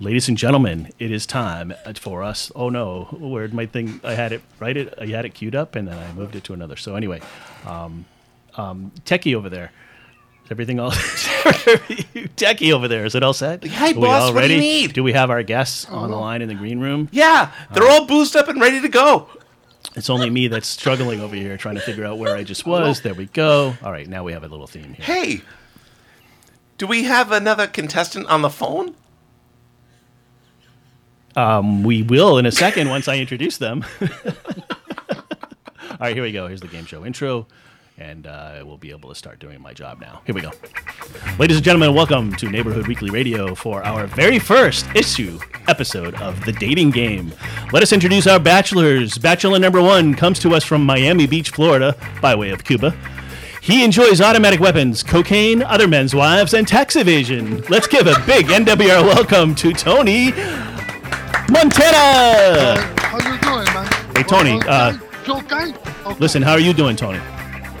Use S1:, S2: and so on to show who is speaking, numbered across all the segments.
S1: ladies and gentlemen, it is time for us. Oh no, where'd my thing? I had it right. It I had it queued up, and then I moved it to another. So anyway, um, um, techie over there. Is everything all techie over there? Is it all set?
S2: Hey,
S1: Are
S2: boss,
S1: all
S2: what do you
S1: ready?
S2: need? Oh.
S1: Do we have our guests on the line in the green room?
S2: Yeah, they're all boozed up and ready to go.
S1: It's only me that's struggling over here trying to figure out where I just was. There we go. All right, now we have a little theme here.
S2: Hey, do we have another contestant on the phone?
S1: We will in a second once I introduce them. All right, here we go. Here's the game show intro, and uh, we'll be able to start doing my job now. Here we go. Ladies and gentlemen, welcome to Neighborhood Weekly Radio for our very first issue episode of The Dating Game. Let us introduce our bachelors. Bachelor number one comes to us from Miami Beach, Florida, by way of Cuba. He enjoys automatic weapons, cocaine, other men's wives, and tax evasion. Let's give a big NWR welcome to Tony Montana.
S3: How you doing, man?
S1: Hey, Tony,
S3: Okay?
S1: uh,
S3: you okay? okay?
S1: Listen, how are you doing, Tony?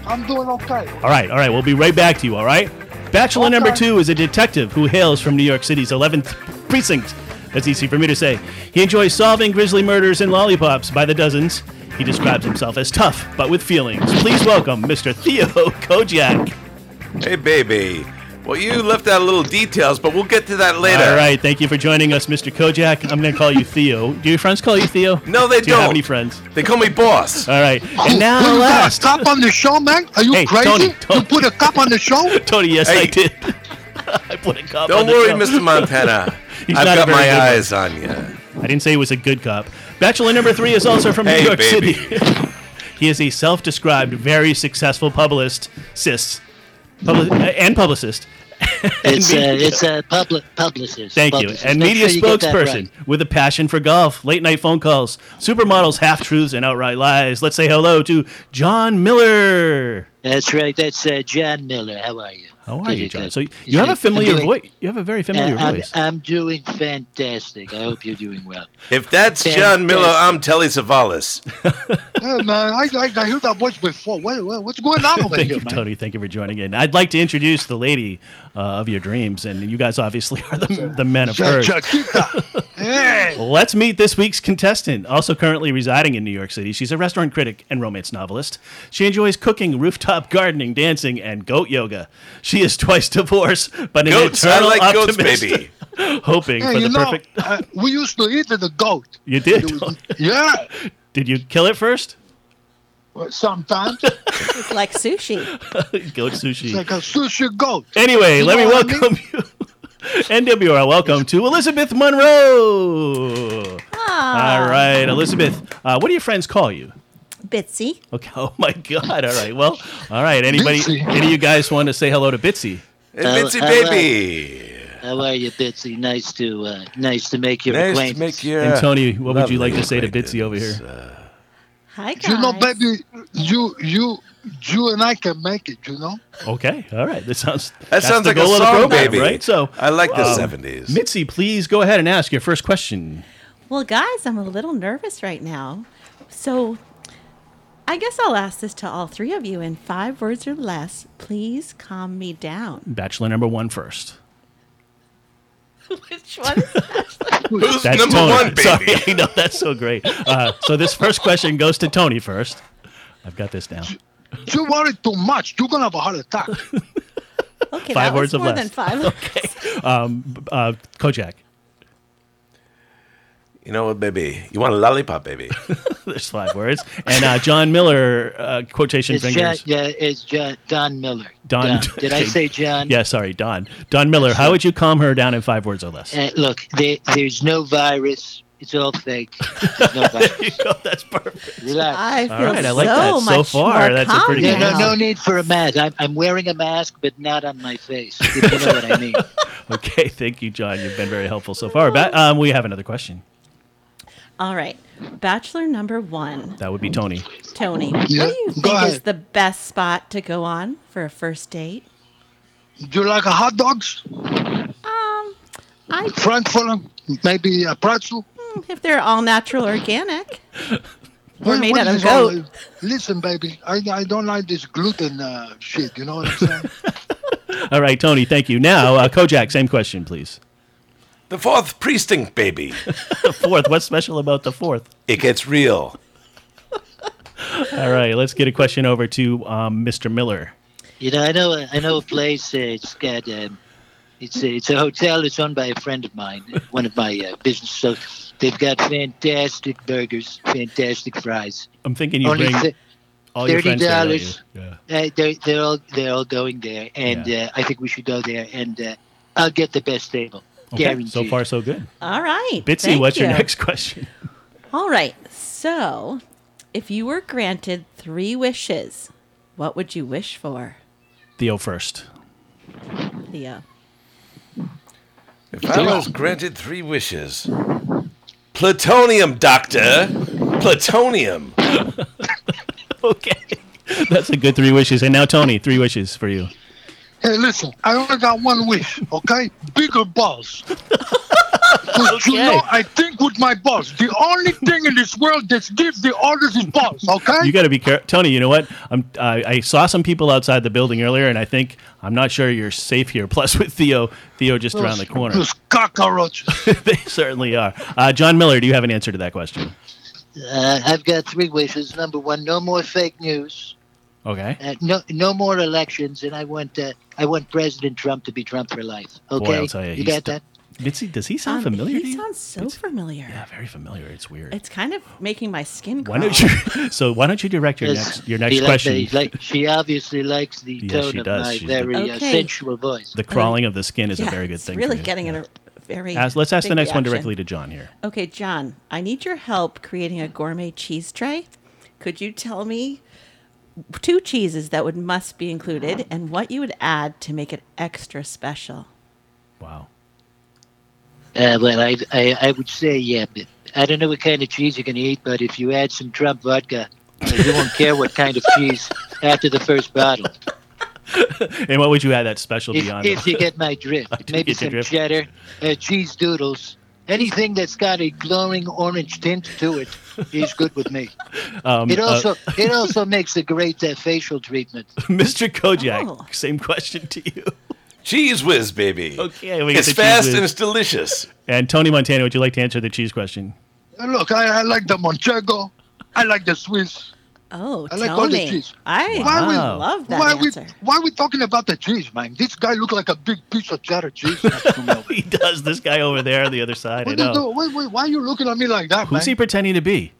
S3: I'm doing okay.
S1: All right, all right. We'll be right back to you, all right? Bachelor number
S3: Okay.
S1: two is a detective who hails from New York City's 11th precinct. That's easy for me to say. He enjoys solving grisly murders and lollipops by the dozens. He describes himself as tough, but with feelings. Please welcome Mr. Theo Kojak.
S2: Hey, baby. Well, you left out little details, but we'll get to that later.
S1: All right, thank you for joining us, Mr. Kojak. I'm going to call you Theo. Do your friends call you Theo?
S2: No, they
S1: Do you have
S2: don't.
S1: any friends?
S2: They call me boss.
S1: All right. And now,
S3: Oh, you got a
S1: last.
S3: cop on the show, man? Are you
S1: Hey,
S3: crazy?
S1: Tony, Tony.
S3: You put a cop on the show?
S1: Tony, yes,
S2: Hey.
S1: I did. I put a cop on
S2: Don't
S1: the
S2: worry,
S1: show.
S2: Mr. Montana.
S1: He's
S2: I've
S1: not a
S2: got
S1: very
S2: my
S1: good one.
S2: eyes on you.
S1: I didn't say he was a good cop. Bachelor number three is also from
S2: Hey,
S1: New York
S2: baby.
S1: City. he is a self-described very successful publicist, cis, publi- uh, and publicist.
S4: It's
S1: And
S4: a,
S1: media-
S4: it's a public publicist.
S1: Thank you.
S4: publicist.
S1: And
S4: Make
S1: media
S4: sure you get that
S1: spokesperson with a passion for golf, late night phone calls, supermodels, half truths, and outright lies. Let's say hello to John Miller.
S4: right. That's right. That's uh, John Miller. How are you?
S1: How are you,
S4: Pretty
S1: John?
S4: good.
S1: So you, have a
S4: I'm
S1: familiar
S4: doing-
S1: voice. You have a very familiar
S4: uh, I'm,
S1: voice.
S4: I'm doing fantastic. I hope you're doing well.
S2: If that's
S4: Yes,
S2: John Miller,
S4: yes.
S2: I'm Telly Savalas.
S3: yeah, man. I, I, I heard that voice before. What, what, what's going on over
S1: Thank
S3: here,
S4: uh,
S1: you,
S3: man?
S1: Tony. Thank you for joining in. I'd like to introduce the lady uh, of your dreams, and you guys obviously are the, the men of
S3: Ja-
S1: hers.
S3: ja- keep that. Hey.
S1: Let's meet this week's contestant, also currently residing in New York City. She's a restaurant critic and romance novelist. She enjoys cooking, rooftop gardening, dancing, and goat yoga. She is twice divorced, but an
S2: Goats, I
S1: eternal
S2: like goats,
S1: optimist,
S2: baby.
S1: hoping
S3: Hey,
S1: for
S3: you
S1: the
S3: know,
S1: perfect.
S3: uh, we used to eat the goat.
S1: You did. Tony.
S3: Yeah,
S1: Did you kill it first?
S3: well, sometimes.
S5: It's like sushi.
S1: goat sushi.
S3: It's like a sushi goat.
S1: Anyway,
S3: You
S1: let me
S3: know what I mean?
S1: welcome you. NWR, welcome to Elizabeth Monroe. All right, Elizabeth, uh, what do your friends call you?
S5: Bitsy.
S1: Okay. Oh my God. All right. Well. All right. Anybody?
S3: Bitsy.
S1: Any of you guys want to say hello to Bitsy?
S2: Hey,
S4: Hello,
S2: Bitsy,
S4: hello.
S2: baby.
S4: How are you, Bitsy? Nice to uh, nice to make your
S2: Nice to
S4: acquaintance.
S2: make your.
S1: And Tony, what would you like to
S2: lovely
S1: say to Bitsy over here?
S2: acquaintance. Uh,
S5: Hi guys.
S3: You know, baby, you, you, you and I can make it, you know?
S1: Okay. All right. This sounds.
S2: That
S1: that's
S2: sounds
S1: the
S2: like a
S1: goal of the
S2: song,
S1: program,
S2: baby.
S1: Right. So.
S2: I like the
S1: um,
S2: 70s.
S1: Mitzi, please go ahead and ask your first question.
S5: Well, guys, I'm a little nervous right now. So I guess I'll ask this to all three of you in five words or less. Please calm me down.
S1: Bachelor number one first.
S5: Which one is
S2: Who's
S1: That's
S2: number
S1: Tony.
S2: one, baby?
S1: Sorry, I know that's so great. Uh, so this first question goes to Tony first. I've got this down.
S3: You worry too much. You're going to have a heart attack.
S5: Okay,
S1: Five
S5: that was
S1: words of
S5: more
S1: less.
S5: than five. okay.
S1: Uh, Kojak,
S2: You know what, baby? You want a lollipop, baby?
S1: there's five words. And uh, John Miller, uh, quotation
S4: It's John,
S1: fingers.
S4: yeah, it's John, Don Miller.
S1: Don-
S4: Did I say John?
S1: Yeah, sorry, Don. Don Miller, how would you calm her down in five words or less?
S4: Uh, look, there, there's no virus. It's all fake. There's no virus.
S1: Oh, that's perfect.
S4: Relax.
S5: I feel
S1: All right, I like
S5: so
S1: that so
S5: much
S1: far.
S5: more
S1: That's a
S5: calm
S1: pretty
S4: Yeah,
S1: good-
S4: no,
S5: now.
S4: no need for a mask. I'm, I'm wearing a mask, but not on my face. If you know what I mean.
S1: Okay, thank you, John. You've been very helpful so far. Ba- um, we have another question.
S5: All right. Bachelor number one,
S1: That would be Tony.
S5: Tony.
S3: Yeah,
S5: What do you
S3: go
S5: think is
S3: ahead.
S5: the best spot to go on for a first date?
S3: Do you like a hot dogs?
S5: Um, I
S3: Frankfurt, maybe a pretzel.
S5: if they're all natural organic. We're
S3: What-
S5: made
S3: what
S5: out of
S3: is this all-
S5: goat.
S3: Listen, baby, I, I don't like this gluten uh, shit. You know what I'm saying?
S1: All right, Tony, thank you. Now, uh, Kojak, same question, please.
S2: The fourth precinct, baby.
S1: Fourth. What's special about the fourth?
S2: It gets real.
S1: All right, let's get a question over to um, Mr. Miller.
S4: You know, I know, a- I know a place. Uh, it's got, um, it's a, it's a hotel. It's owned by a friend of mine, one of my uh, business. So they've got fantastic burgers, fantastic fries.
S1: I'm thinking you
S4: Only
S1: bring
S4: th-
S1: all your friends there. don't you?
S4: $30.
S1: Yeah.
S4: uh, they're they're all they're all going there, and uh, I think we should go there. And uh, I'll get the best table,
S1: Okay,
S4: guaranteed. Uh,
S1: so far, so good.
S5: All right.
S1: Bitsy,
S5: thank
S1: what's your
S5: you.
S1: next question?
S5: All right. So, if you were granted three wishes, what would you wish for,
S1: Theo first.
S5: Theo?
S2: If I was granted three wishes, plutonium, doctor, plutonium.
S1: Okay. That's a good three wishes. And now, Tony, three wishes for you.
S3: Hey, listen, I only got one wish, okay? Bigger balls. 'Cause you know, I think with my balls. The only thing in this world that gives the orders is balls, okay?
S1: You got to be careful, Tony. You know what? I'm, I, I saw some people outside the building earlier, and I think I'm not sure you're safe here. Plus, with Theo, Theo
S6: Oh,
S1: just around the corner,
S3: Those cockroaches.
S1: they certainly are. Uh, John Miller, do you have an answer to that question?
S4: Uh, I've got three wishes. Number one, no more fake news.
S1: Okay.
S4: Uh, no, no more elections, and I want uh, I want President Trump to be Trump for life. Okay,
S1: I'll tell ya,
S4: you
S1: he's
S4: got
S1: the-
S4: that?
S1: Bitsy, does he sound
S5: Um,
S1: familiar? to
S5: He
S1: you?
S5: sounds so
S1: It's-
S5: familiar.
S1: Yeah, very familiar. It's weird.
S5: It's kind of making my skin
S1: why
S5: crawl.
S1: don't you? So why don't you direct your
S4: Yes.
S1: next your
S4: He
S1: next
S4: likes the-
S1: question?
S4: he like, she obviously likes the
S1: Yes,
S4: tone
S1: she
S4: of
S1: does.
S4: my
S1: She's the-
S4: very uh,
S5: Okay.
S4: sensual voice.
S1: The crawling of the skin is
S5: Yeah,
S1: a very good
S5: it's
S1: thing. for
S5: Really
S1: you.
S5: getting
S1: Yeah.
S5: in a very.
S1: Ask- let's ask the
S5: big
S1: next one
S5: reaction.
S1: directly to John here.
S5: Okay, John, I need your help creating a gourmet cheese tray. Could you tell me two cheeses that would must be
S1: Ah.
S5: included and what you would add to make it extra special?
S1: Wow.
S4: Uh, well, I, I I would say yeah. But I don't know what kind of cheese you're going to eat, but if you add some Trump vodka, uh, you won't care what kind of cheese after the first bottle.
S1: And what would you add that special
S4: If,
S1: beyond?
S4: if you get my drift,
S1: do
S4: maybe
S1: get your
S4: some
S1: drift.
S4: cheddar, uh, cheese doodles, anything that's got a glowing orange tint to it is good with me.
S1: um,
S4: It
S1: uh,
S4: also it also makes a great uh, facial treatment.
S1: Mr. Kojak,
S5: Oh.
S1: same question to you.
S2: Cheese whiz, baby.
S1: Okay, we got
S2: It's
S1: the cheese
S2: fast
S1: whiz.
S2: and it's delicious.
S1: And Tony Montana, would you like to answer the cheese question?
S3: Look, I, I like the Manchego. I like the Swiss.
S5: Oh,
S3: I
S5: Tony.
S3: like all the cheese.
S5: I
S3: Why we-
S5: love that
S3: why
S5: answer.
S3: we why we talking about the cheese, man? This guy look like a big piece of cheddar cheese. next to me.
S1: He does. This guy over there on the other side. I
S3: what do you do?
S1: know.
S3: Wait, wait, why are you looking at me like that,
S1: Who's he
S3: man?
S1: pretending to be?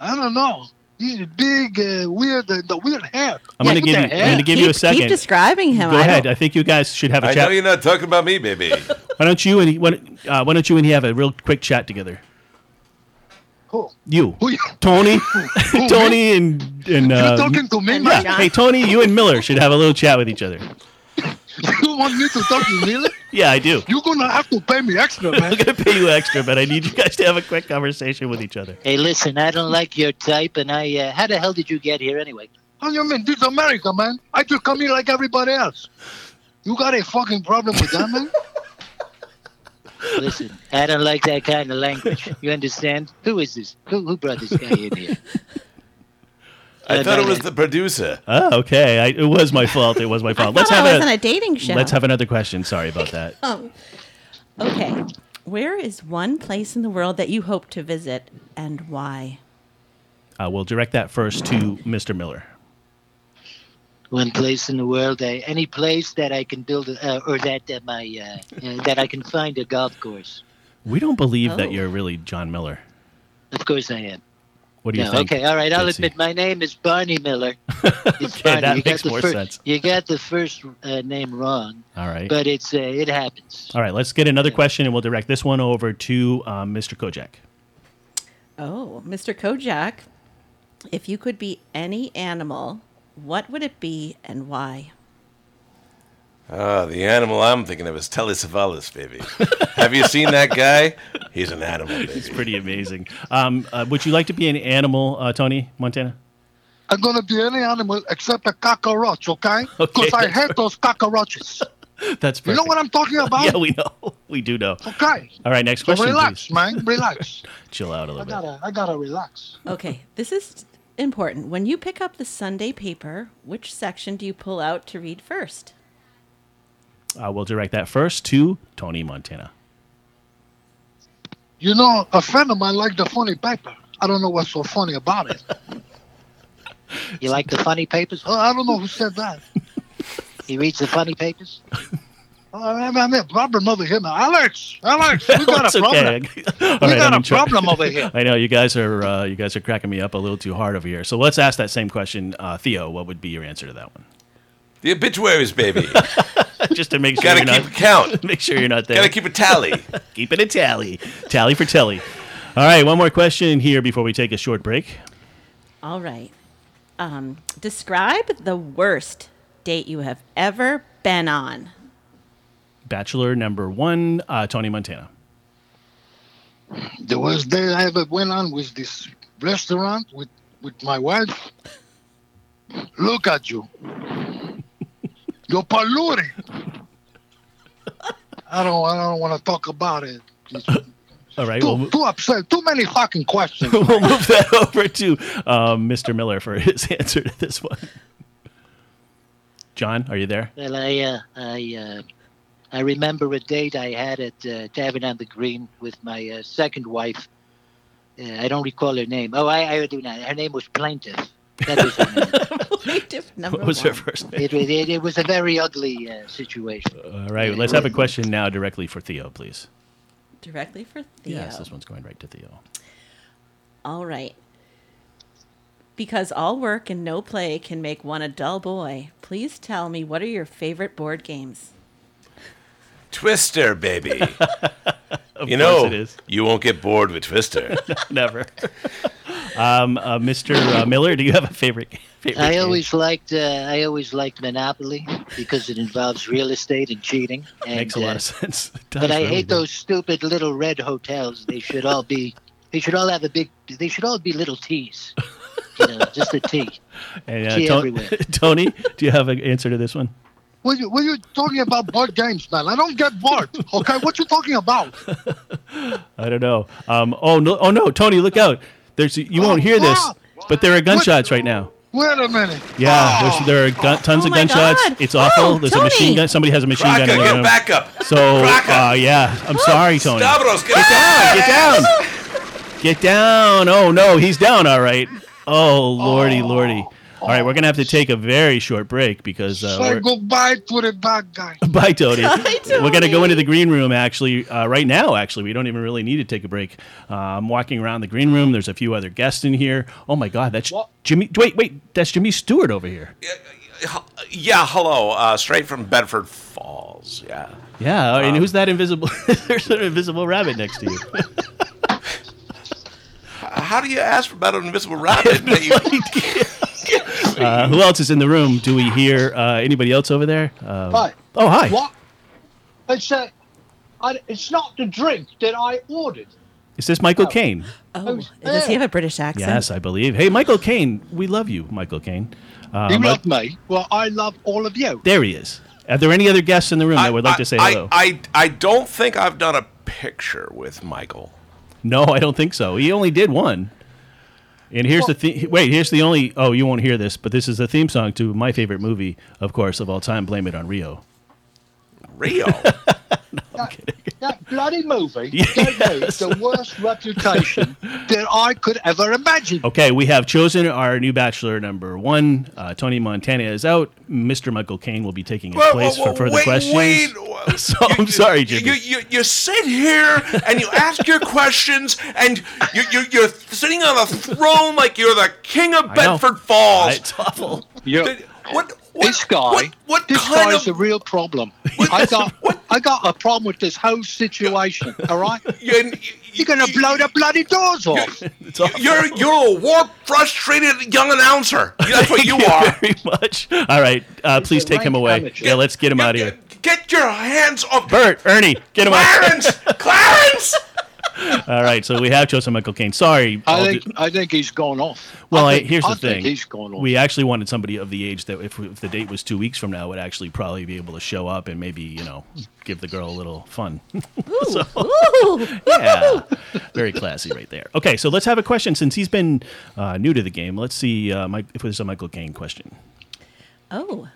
S3: I don't know. He's big, uh, weird, uh, the weird hair.
S1: I'm gonna
S4: Yeah, what
S1: give
S4: the
S1: you.
S4: heck?
S1: I'm gonna give
S5: keep,
S1: you a
S5: Keep
S1: second.
S5: describing him.
S1: Go
S5: I
S1: ahead.
S5: don't-
S1: I think you guys should have a
S2: I know
S1: chat.
S2: you're not talking about me, baby.
S1: Why don't you and he, why, uh, why don't you and he have a real quick chat together?
S3: Who?
S1: You,
S3: Who you-
S1: Tony,
S3: me?
S1: Tony, and and
S3: You
S1: uh,
S3: talking to me,
S5: and
S3: man?
S5: John.
S1: hey Tony, you and Miller should have a little chat with each other.
S3: You want me to talk to Miller?
S1: Yeah, I do.
S3: You're gonna have to pay me extra, man.
S1: I'm gonna pay you extra, but I need you guys to have a quick conversation with each other.
S4: Hey, listen, I don't like your type, and I uh, how the hell did you get here anyway?
S3: How you mean? This is America, man. I just come here like everybody else. You got a fucking problem with that, man?
S4: Listen, I don't like that kind of language. You understand? Who is this? Who, who brought this guy in here?
S2: I
S4: Uh,
S2: thought
S4: no,
S2: it was
S4: no.
S2: the producer.
S1: Oh, okay. I, it was my fault. It was my
S5: I
S1: fault.
S5: thought
S1: Let's
S5: I
S1: have
S5: was
S1: a,
S5: on a dating show. Oh.
S1: Let's have another question. Sorry about that.
S5: Okay. Where is one place in the world that you hope to visit and why?
S1: Uh, we'll direct that first to Mr. Miller.
S4: one place in the world, uh, any place that I can build, a, uh, or that that my uh, uh, that I can find a golf course.
S1: We don't believe
S5: Oh.
S1: that you're really John Miller.
S4: Of course, I am.
S1: What do you
S4: No,
S1: think?
S4: okay, all right. I'll
S1: Bitsy?
S4: admit my name is Barney Miller. It's
S1: Okay, that
S4: got
S1: makes
S4: the
S1: more
S4: fir-
S1: sense.
S4: You got the first uh, name wrong,
S1: All right.
S4: but it's uh, it happens.
S1: All right. Let's get another question, and we'll direct this one over to um, Mr. Kojak.
S5: Oh, Mr. Kojak, if you could be any animal, what would it be and why?
S2: Ah, the animal I'm thinking of is Telecephallus, baby. Have you seen that guy? He's an animal,
S1: It's
S2: baby.
S1: pretty amazing. Um, uh, would you like to be an animal, uh, Tony Montana?
S3: I'm gonna be any animal except a cockroach, okay?
S1: Okay.
S3: Because I hate those cockroaches.
S1: That's perfect.
S3: You know what I'm talking about?
S1: yeah, we know. We do know.
S3: okay.
S1: All right. Next
S3: So
S1: question.
S3: relax,
S1: please.
S3: man. Relax.
S1: Chill out a
S3: I
S1: little bit.
S3: gotta, I gotta relax.
S5: Okay, this is important. When you pick up the Sunday paper, which section do you pull out to read first?
S1: Uh, we'll direct that first to Tony Montana.
S3: You know, a friend of mine liked the funny paper. I don't know what's so funny about it.
S4: You like the funny papers?
S3: Uh, I don't know who said that.
S4: He reads the funny papers.
S3: Uh, I mean, I mean, problem over here now. Alex, Alex, we got
S1: It's
S3: a problem.
S1: All
S3: We
S1: right,
S3: got
S1: I'm
S3: a
S1: try-
S3: problem over here.
S1: I know you guys are uh, you guys are cracking me up a little too hard over here. So let's ask that same question, uh, Theo. What would be your answer to that one?
S2: The obituaries, baby.
S1: Just to make sure
S2: Gotta
S1: you're
S2: keep
S1: not
S2: a count.
S1: make sure you're not there.
S2: Gotta keep a tally.
S1: keep it a tally, tally for telly. All right, one more question here before we take a short break.
S5: All right. Um, describe the worst date you have ever been on.
S1: Bachelor number one, uh, Tony Montana.
S3: The worst day I ever went on was this restaurant with, with my wife. Look at you. You're polluting. I don't I don't want to talk about it. It's
S1: All right, we'll,
S3: too, too upset. Too many fucking questions.
S1: we'll move that over to um, Mr. Miller for his answer to this one. John, are you there?
S4: Well, I, uh, I, uh, I remember a date I had at uh, Tavern on the Green with my uh, second wife. Uh, I don't recall her name. Oh, I, I do now. Her name was Plaintiff. That was her name.
S5: Plaintiff number
S1: What was
S5: one.
S1: her first name?
S4: It, was- it, it was a very ugly uh, situation.
S1: All right, let's have a question now directly for Theo, please.
S5: Directly for Theo.
S1: Yes, this one's going right to Theo.
S5: All right. Because all work and no play can make one a dull boy, please tell me what are your favorite board games?
S2: Twister, baby.
S1: Of
S2: You
S1: course
S2: know,
S1: it is.
S2: you won't get bored with Twister.
S1: Never. um, uh, Mr. Uh, Miller, do you have a favorite? favorite
S4: I
S1: game?
S4: always liked uh, I always liked Monopoly because it involves real estate and cheating. And,
S1: makes a lot
S4: uh,
S1: of sense. It does
S4: But I
S1: really
S4: hate
S1: does.
S4: those stupid little red hotels. They should all be. They should all have a big. They should all be little T's. You know, just a T.
S1: And,
S4: Gee,
S1: Ton-
S4: everywhere.
S1: uh, Tony, do you have an answer to this one?
S3: What you, what you talking about board games, man? I don't get bored. Okay, what you talking about?
S1: I don't know. Um, oh no! Oh no! Tony, look out! There's you won't hear this, but there are gunshots right now.
S3: Wait a minute.
S1: Yeah, there's, there are gun, tons
S5: Oh
S1: of
S5: my
S1: gunshots.
S5: God.
S1: It's awful.
S5: Oh,
S1: there's a
S5: Tony.
S1: machine gun. Somebody has a machine
S2: Crocker,
S1: gun in the
S2: get
S1: room.
S2: back up.
S1: So,
S2: Crocker.
S1: uh, yeah, I'm sorry, Tony.
S2: Stavros, get, down.
S1: Get down! Get down! Oh no, he's down. All right. Oh lordy, lordy. All right, we're gonna have to take a very short break because uh,
S3: Say
S1: we're,
S3: goodbye to the bad guy.
S1: Bye, Tony.
S5: Bye,
S1: We're going to go
S5: Tony.
S1: into the green room actually uh, right now. Actually, we don't even really need to take a break. Uh, I'm walking around the green room. There's a few other guests in here. Oh my God, that's Jimmy. Wait, wait, that's Jimmy Stewart over here.
S2: Yeah, hello. Uh, straight from Bedford Falls. Yeah.
S1: Yeah, and who's that invisible? there's an invisible rabbit next to you.
S2: Uh, How do you ask about an invisible rabbit? that you-
S1: Uh, who else is in the room? Do we hear uh, anybody else over there? Uh,
S6: Hi.
S1: Oh hi.
S6: What? It's a. I, it's not the drink that I ordered.
S1: Is this Michael Caine?
S5: Oh, does he have a British accent?
S1: Yes, I believe. Hey, Michael Caine, we love you, Michael Caine.
S6: you
S1: Um, uh,
S6: love me. Well, I love all of you.
S1: there he is. Are there any other guests in the room that would like to say
S2: I,
S1: hello?
S2: I, I don't think I've done a picture with Michael.
S1: No, I don't think so. He only did one. And here's the theme. Wait, here's the only. Oh, you won't hear this, but this is the theme song to my favorite movie, of course, of all time, Blame It on Rio.
S2: Rio.
S6: That bloody movie gave me the worst reputation that I could ever imagine.
S1: Okay, we have chosen our new bachelor number one. Uh, Tony Montana is out. Mr. Michael Caine will be taking his
S2: Whoa,
S1: place
S2: whoa, whoa,
S1: for further
S2: wait,
S1: questions.
S2: wait, whoa.
S1: So, I'm sorry, Jimmy.
S2: You, you, you sit here and you ask your questions, and you, you, you're sitting on a throne like you're the king of
S1: know.
S2: Bedford Falls.
S1: It's awful.
S6: Yeah.
S2: Did- what, what,
S6: This guy,
S2: What, what
S6: this
S2: kind
S6: guy's
S2: of?
S6: a real problem. I got, I got a problem with this whole situation. All right,
S2: you, you,
S6: you're gonna blow the bloody doors off.
S2: You're you're a war frustrated young announcer. That's what you
S1: Thank
S2: are.
S1: Very much. All right, uh, please take him
S6: rank
S1: away.
S6: amateur.
S1: Yeah, let's get him out of here.
S2: Get, get your hands off
S1: Bert, Ernie, get him out.
S2: Clarence! Clarence!
S1: All right, so we have chosen Michael Caine. Sorry, all
S6: I
S1: due-
S6: think, I think he's gone off.
S1: Well,
S6: I
S1: I
S6: think-
S1: here's
S6: I
S1: the
S6: think
S1: thing.
S6: he's gone off.
S1: We actually wanted somebody of the age that, if, if the date was two weeks from now, would actually probably be able to show up and maybe, you know, give the girl a little fun.
S5: Ooh, ooh.
S1: yeah. Very classy right there. Okay, so let's have a question. Since he's been uh, new to the game, let's see uh, Mike, if there's a Michael Caine question.
S5: Oh,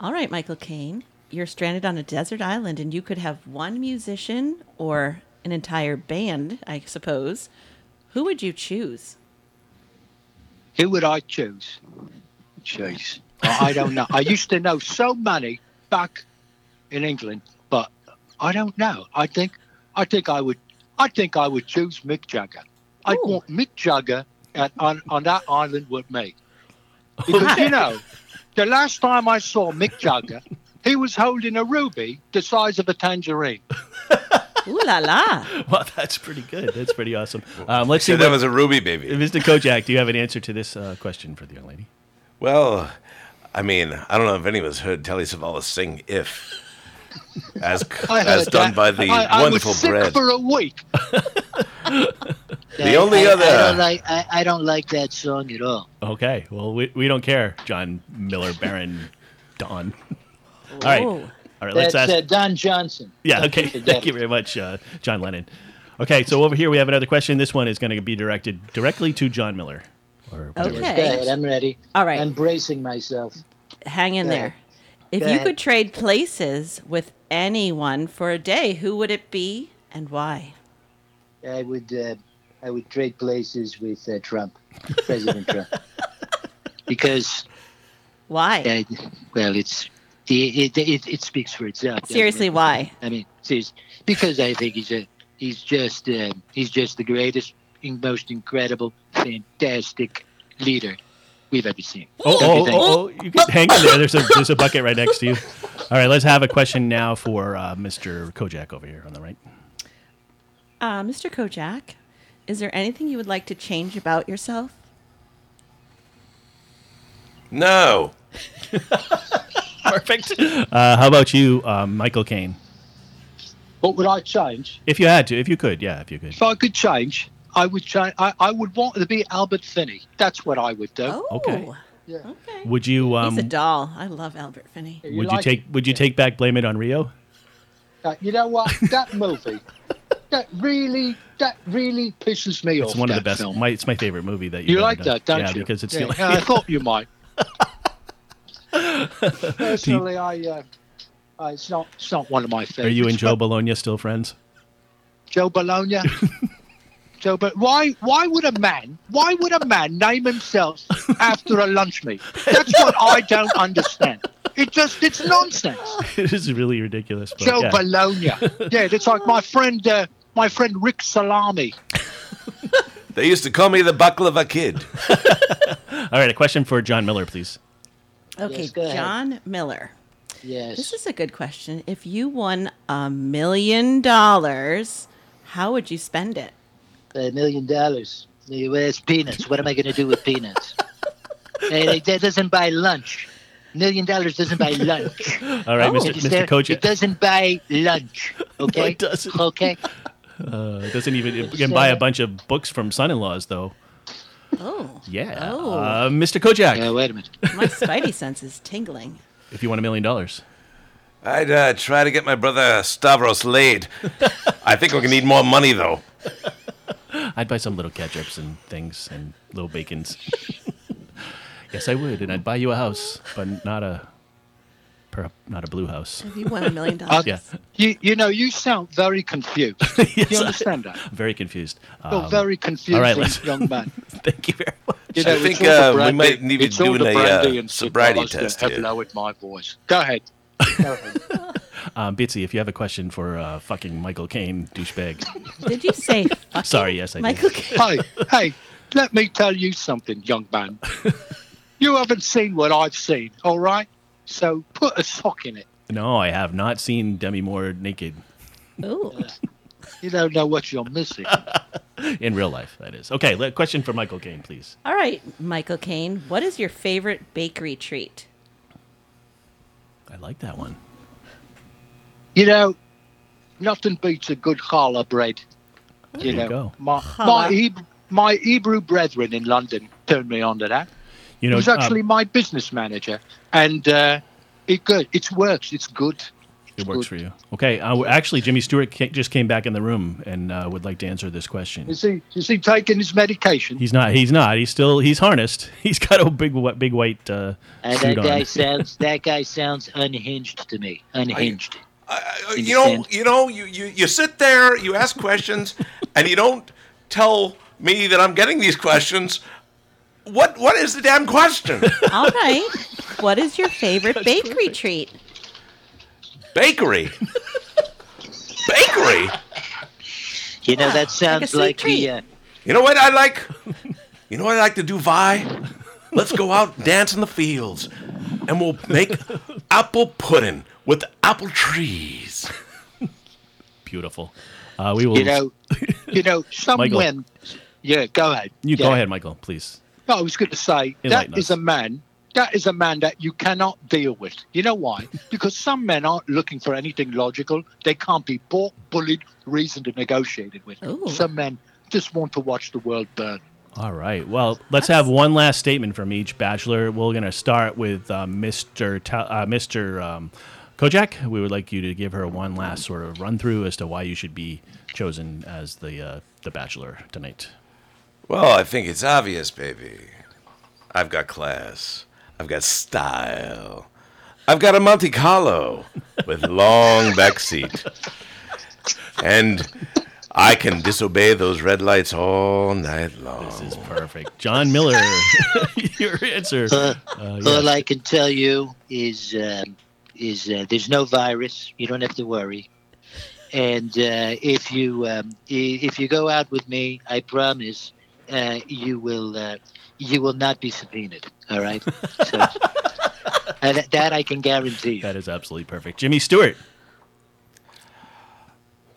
S5: all right, Michael Caine. You're stranded on a desert island and you could have one musician or an entire band, I suppose, who would you choose?
S6: Who would I choose? Jeez. I I don't know. I used to know so many back in England, but I don't know. I think I think I would I think I would choose Mick Jagger. I'd
S5: Ooh.
S6: want Mick Jagger at, on, on that island with me. Because you know, the last time I saw Mick Jagger, he was holding a ruby the size of a tangerine.
S5: Ooh la la!
S1: Well, that's pretty good. That's pretty awesome. Um, let's see.
S2: Said that
S1: what-
S2: was a ruby baby.
S1: Mr. Kojak, do you have an answer to this uh, question for the young lady?
S2: Well, I mean, I don't know if anyone's heard Telly Savalas sing "If," as
S6: I
S2: as
S6: heard
S2: done
S6: that.
S2: by the
S6: I, I
S2: wonderful
S6: was sick
S2: Brad.
S6: for a week.
S2: The only
S4: I,
S2: other-
S4: I don't like I, I don't like that song at all.
S1: Okay. Well, we, we don't care, John Miller Baron Don. All right. All
S5: Ooh.
S1: right. Let's
S4: That's
S1: ask.
S4: uh, Don Johnson.
S1: Yeah.
S4: Don't
S1: Okay.
S4: forget.
S1: Thank you very much, uh, John Lennon. Okay. So over here we have another question. This one is going to be directed directly to John Miller. Or whatever.
S5: Okay.
S4: Go ahead, I'm ready.
S5: All right.
S4: I'm bracing myself.
S5: Hang in
S4: Go
S5: there.
S4: ahead.
S5: If
S4: Go
S5: you
S4: ahead.
S5: could trade places with anyone for a day, who would it be and why?
S4: I would uh, I would trade places with uh, Trump, President Trump, because
S5: Why?
S4: uh, well, it's the it, it it speaks for itself. doesn't
S5: Seriously,
S4: it?
S5: why?
S4: I mean, seriously, because I think he's a he's just uh, he's just the greatest, in- most incredible, fantastic leader we've ever seen.
S1: Oh, oh,
S4: Don't you think?
S1: oh, oh, you can hang in there. There's a there's a bucket right next to you. All right. Let's have a question now for uh, Mr. Kojak over here on the right.
S5: Uh, Mr. Kojak, is there anything you would like to change about yourself?
S2: No,
S1: Perfect. Uh, how about you, um, Michael Caine?
S6: What would I change?
S1: If you had to, if you could, yeah, if you could.
S6: If I could change, I would change. I, I would want to be Albert Finney. That's what I would do.
S5: Oh,
S1: Okay.
S6: Yeah.
S5: okay.
S1: Would you um
S5: He's a doll. I love Albert Finney.
S6: You
S1: would you
S6: like
S1: take would you take back blame it on Rio?
S6: that? You know what? That movie, that really, that really pisses me off.
S1: It's one of the
S6: that
S1: best.
S6: film.
S1: My, it's my favorite movie that
S6: You
S1: you've
S6: like
S1: ever done.
S6: that, don't
S1: yeah,
S6: you?
S1: because it's
S6: yeah,
S1: the
S6: yeah,
S1: only,
S6: I thought you might. Personally, I, uh, I it's not it's not one of my favorites.
S1: Are you and Joe
S6: but
S1: Bologna still friends?
S6: Joe Bologna? Joe, but why why would a man why would a man name himself after a lunch meat? That's what I don't understand. It just it's nonsense.
S1: it is really ridiculous. But
S6: Joe
S1: yeah.
S6: Bologna. Yeah, it's like my friend uh, my friend Rick Salami.
S2: they used to call me the Baklava Kid.
S1: All right, a question for John Miller, please.
S5: Okay,
S4: Yes, go ahead.
S5: John Miller.
S4: Yes.
S5: This is a good question. If you won a million dollars, how would you spend it?
S4: a million dollars. Where's peanuts? What am I going to do with peanuts? hey, like, that doesn't buy lunch. Million dollars doesn't buy lunch.
S1: All right,
S5: Oh.
S1: Mr.
S5: Is
S1: Mr. Coach,
S4: It doesn't buy lunch. Okay.
S1: it doesn't.
S4: Okay.
S1: uh, doesn't even you can buy a bunch of books from son-in-laws though.
S5: Oh,
S1: Yeah,
S5: Oh.
S1: uh, Mr. Kojak,
S4: Uh, wait a minute.
S5: my spidey sense is tingling.
S1: if you want a million dollars,
S2: I'd uh, try to get my brother Stavros laid. I think we're gonna need more money though.
S1: I'd buy some little ketchups and things and little bacons. yes, I would, and I'd buy you a house, but not a, per, not a blue house.
S5: If you won a million dollars,
S1: Yeah,
S6: You you know you sound very confused. you understand that?
S1: very confused.
S6: You're
S1: Um,
S6: Oh, very confusing
S1: let's-
S6: young man.
S1: Thank you very much.
S6: You
S2: I
S6: it's
S2: think,
S6: all the
S2: uh, we
S6: brandy-
S2: might need to
S6: it's all
S2: do
S6: the
S2: a,
S6: brandy
S2: uh,
S6: and
S2: sobriety
S6: cigars that
S2: test
S6: Have
S2: here.
S6: lowered my voice. Go ahead.
S1: Um, Bitsy, if you have a question for uh, fucking Michael Caine, douchebag.
S5: did you say fuck
S1: Sorry, yes, I
S5: Michael?
S1: did.
S5: Caine?
S6: hey, hey, let me tell you something, young man. you haven't seen what I've seen, all right? So put a sock in it.
S1: No, I have not seen Demi Moore naked
S5: Ooh.
S6: You don't know what you're missing.
S1: in real life. That is okay. le- Question for Michael Caine, please.
S5: All right, Michael Caine. What is your favorite bakery treat?
S1: I like that one.
S6: you know, nothing beats a good challah bread.
S1: There
S6: You
S1: you
S6: know,
S1: go.
S6: my my,
S5: Challah.
S6: Hebrew, my Hebrew brethren in London turned me on to that.
S1: You
S6: He
S1: know,
S6: was
S1: um,
S6: actually my business manager, and uh, it good. It works. It's good.
S1: it works for you. Okay, uh, w- actually, Jimmy Stewart ca- just came back in the room and uh, would like to answer this question.
S6: Is he is he taking his medication?
S1: He's not. He's not. He's still. He's harnessed. He's got a big, wh- big white uh,
S4: Uh,
S1: suit
S4: that guy
S1: on.
S4: sounds that guy sounds unhinged to me. Unhinged.
S2: Uh, you know, you know, you, you, you sit there, you ask questions, and you don't tell me that I'm getting these questions. What what is the damn question?
S5: All right. What is your favorite bakery treat?
S2: Bakery. Bakery.
S4: You know, that
S5: a
S4: sounds
S5: sweet
S4: like,
S5: treat.
S4: the. Uh,
S2: You know what I like? You know what I like to do, Vi? Let's go out and dance in the fields, and we'll make apple pudding with apple trees.
S1: Beautiful. Uh, we will.
S6: You know, you know, some
S1: Michael.
S6: women. Yeah, go ahead.
S1: You
S6: Yeah.
S1: go ahead, Michael, please.
S6: No, I was going to say that
S1: Enlighten us.
S6: is a man. That is a man that you cannot deal with. You know why? Because some men aren't looking for anything logical. They can't be bought, bullied, reasoned, and negotiated with.
S5: Ooh.
S6: Some men just want to watch the world burn.
S1: All right. Well, let's have one last statement from each bachelor. We're going to start with uh, Mr. Ta- uh, Mr. Um, Kojak. We would like you to give her one last sort of run through as to why you should be chosen as the uh, the bachelor tonight.
S2: Well, I think it's obvious, baby. I've got class. I've got style. I've got a Monte Carlo with long back seat. And I can disobey those red lights all night
S1: This
S2: long.
S1: is perfect. John Miller, your answer.
S4: Uh,
S1: Uh,
S4: All
S1: yes.
S4: I can tell you is um, is uh, there's no virus. You don't have to worry. And uh, if you um, i- if you go out with me, I promise uh, you will uh, you will not be subpoenaed. All right. So, uh, that, that I can guarantee. You.
S1: That is absolutely perfect. Jimmy Stewart.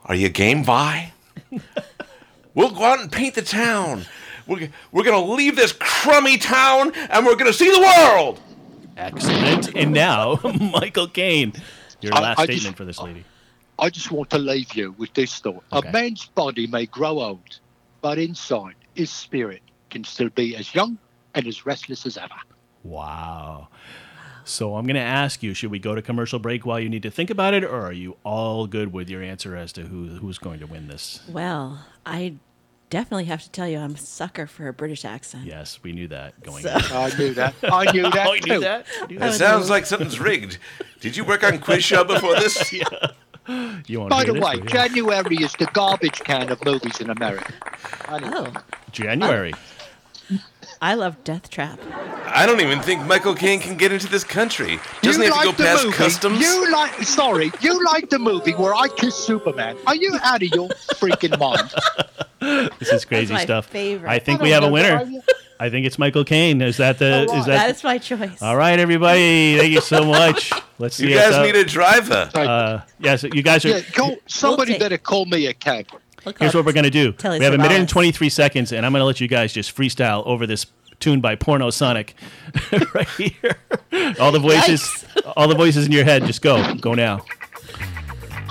S2: Are you game, Vi? we'll go out and paint the town. We're, we're going to leave this crummy town and we're going to see the world.
S1: Excellent. And now, Michael Caine, your
S6: I-
S1: last
S6: I
S1: statement
S6: just-
S1: for this lady.
S6: I just want to leave you with this thought.
S1: Okay.
S6: A man's body may grow old, but inside, his spirit can still be as young and as restless as ever.
S1: Wow. So I'm going to ask you: Should we go to commercial break while you need to think about it, or are you all good with your answer as to who who's going to win this?
S5: Well, I definitely have to tell you, I'm a sucker for a British accent.
S1: Yes, we knew that going.
S5: So-
S1: in.
S6: I knew that. I knew that
S1: Oh, you
S6: too.
S1: knew that. You knew
S2: That
S1: that?
S2: sounds like something's rigged. Did you work on Quiz Show before this?
S1: You want
S6: By
S1: to
S6: the way,
S1: this, but
S6: January is the garbage can of movies in America. Anyway.
S5: Oh,
S1: yeah. January.
S5: I love Death Trap.
S2: I don't even think Michael Caine can get into this country. Doesn't he have to go
S6: the
S2: past
S6: movie.
S2: customs?
S6: You like sorry, you like the movie where I kiss Superman. Are you out of your freaking mind?
S1: This is crazy
S5: my
S1: stuff.
S5: favorite.
S1: I think
S6: I
S1: we have a
S6: don't know
S1: winner.
S6: that I-
S1: I think it's Michael Caine. Is that the? Is that?
S5: That's my choice.
S1: all right, everybody. Thank you so much. Let's see.
S2: You
S1: us
S2: guys
S1: out.
S2: need a driver.
S1: Uh, yes, you guys are.
S6: Yeah, call, somebody
S5: take-
S6: better call me a cab.
S5: Look
S1: Here's
S5: up.
S1: what we're gonna do.
S5: Tell us
S1: we have a
S5: about
S1: minute and
S5: us.
S1: 23 seconds, and I'm gonna let you guys just freestyle over this tune by Porno Sonic, right here. All the voices, all the voices in your head. Just go, go now.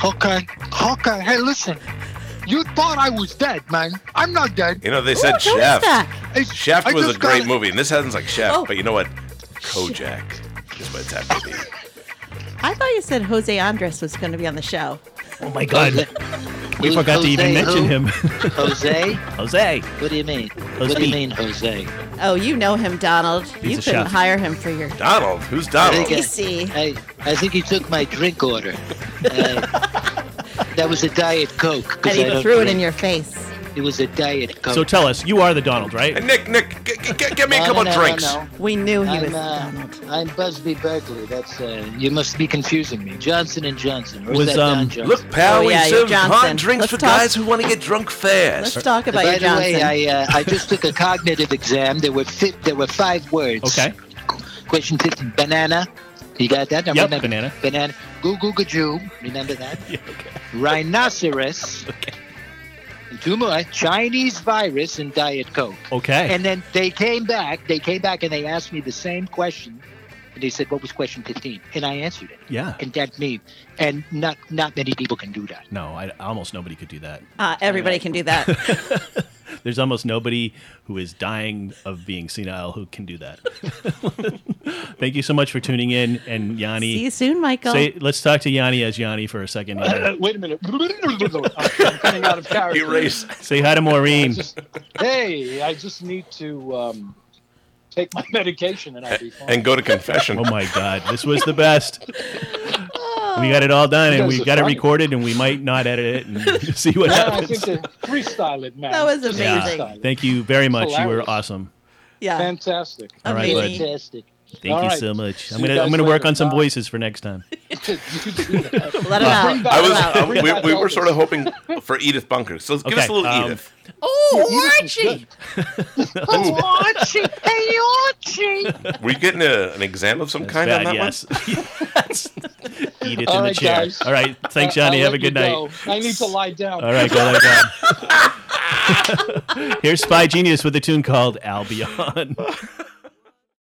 S6: Okay, okay. Hey, listen. You thought I was dead, man. I'm not dead.
S2: You know, they said
S5: Who is
S2: Chef.
S5: that?
S6: It's-
S2: Chef
S6: I
S2: was a
S6: just got
S2: great
S6: it.
S2: movie, and this sounds like Chef,
S5: Oh.
S2: but you know what? Kojak is what it's happening to be.
S5: I thought you said Jose Andres was going to be on the show.
S1: Oh my God, we forgot to even mention him.
S4: Jose?
S1: Jose,
S4: What do you mean? What do
S1: Jose.
S4: you mean, Jose?
S5: Oh, you know him, Donald. you
S1: a
S5: couldn't
S1: chef.
S5: hire him for your
S2: Donald, who's Donald?
S4: Okay.
S5: see.
S4: I, I think he took my drink order. Uh, that was a diet coke. 'cause
S5: And
S4: I
S5: he
S4: don't
S5: threw it
S4: drink.
S5: in your face.
S4: It was a diet coke.
S1: so tell us, you are the Donald,
S2: Hey,
S1: right?
S2: Nick, Nick, g- g- g- get me a
S4: No,
S2: couple
S4: no, no,
S2: drinks.
S4: no, no.
S5: We knew he was
S4: I'm,
S5: the
S4: uh,
S5: Donald.
S4: I'm Busby Berkeley. That's uh, you must be confusing me. Johnson and Johnson. Or is
S1: Was,
S4: that
S1: um,
S4: Don Johnson?
S2: Look, pal,
S5: Oh,
S2: we
S5: yeah, you're
S2: serve hot
S5: Johnson.
S2: drinks
S5: Let's
S2: for
S5: talk-
S2: guys who want to get drunk fast.
S5: Let's talk about
S4: By
S5: your
S4: the
S5: Johnson.
S4: way, I uh, I just took a cognitive exam. There were fit. There were five words.
S1: Okay.
S4: Question fifteen. Banana. You got that? I
S1: Yep,
S4: remember.
S1: banana.
S4: Banana. Goo goo goo Remember that?
S1: Yeah, okay.
S4: Rhinoceros.
S1: Okay.
S4: and Two more. Chinese virus and diet coke.
S1: Okay.
S4: And then they came back. They came back and they asked me the same question. And they said, "What was question 15?" And I answered it.
S1: yeah.
S4: And that me. And not not many people can do that.
S1: No, I, almost nobody could do that.
S5: uh, everybody can do that.
S1: There's almost nobody who is dying of being senile who can do that. Thank you so much for tuning in, and Yanni.
S5: See you soon, Michael.
S1: Say, let's talk to Yanni as Yanni for a second. here.
S6: Uh, wait a minute. I'm getting out of character.
S2: Erase.
S1: Say hi to Maureen.
S7: just, hey, I just need to um, take my medication and I'll be fine.
S2: And go to confession.
S1: Oh my God, this was the best. We got it all done,
S7: You
S1: and
S7: guys
S1: we
S7: are
S1: got it
S7: funny.
S1: recorded, and we might not edit it and see what
S7: Yeah, I think
S1: happens.
S7: to freestyle it, man.
S5: That was
S7: Just
S1: Yeah.
S5: amazing.
S7: freestyle it.
S1: Thank you very much. You were
S7: Hilarious.
S1: awesome.
S5: Yeah.
S7: Fantastic.
S5: Uh,
S1: All right, bud.
S5: Amazing.
S4: Fantastic.
S1: Thank
S7: All
S1: you
S7: right.
S1: so much. I'm
S7: See you
S1: gonna I'm
S7: guys
S1: gonna work
S7: later.
S1: on some
S7: Bye.
S1: voices for next time.
S5: Let him
S7: Bring
S5: out.
S7: back-
S2: I was.
S5: Wow.
S2: um, we, we were sort of hoping for Edith Bunker. So give us
S1: Okay,
S2: a little
S1: um,
S2: Edith.
S5: Oh,
S7: Good.
S2: Were you getting a, an exam of some
S1: That's
S2: kind on
S1: bad,
S2: that
S1: yes. yes. Eat it
S7: All
S1: in the
S7: right,
S1: chair.
S7: guys.
S1: All right. Thanks,
S7: I'll
S1: Johnny.
S7: let
S1: Have a
S7: you
S1: good night.
S7: go. I need to lie down.
S1: All right, go lie down. Here's Spy Genius with a tune called Albion.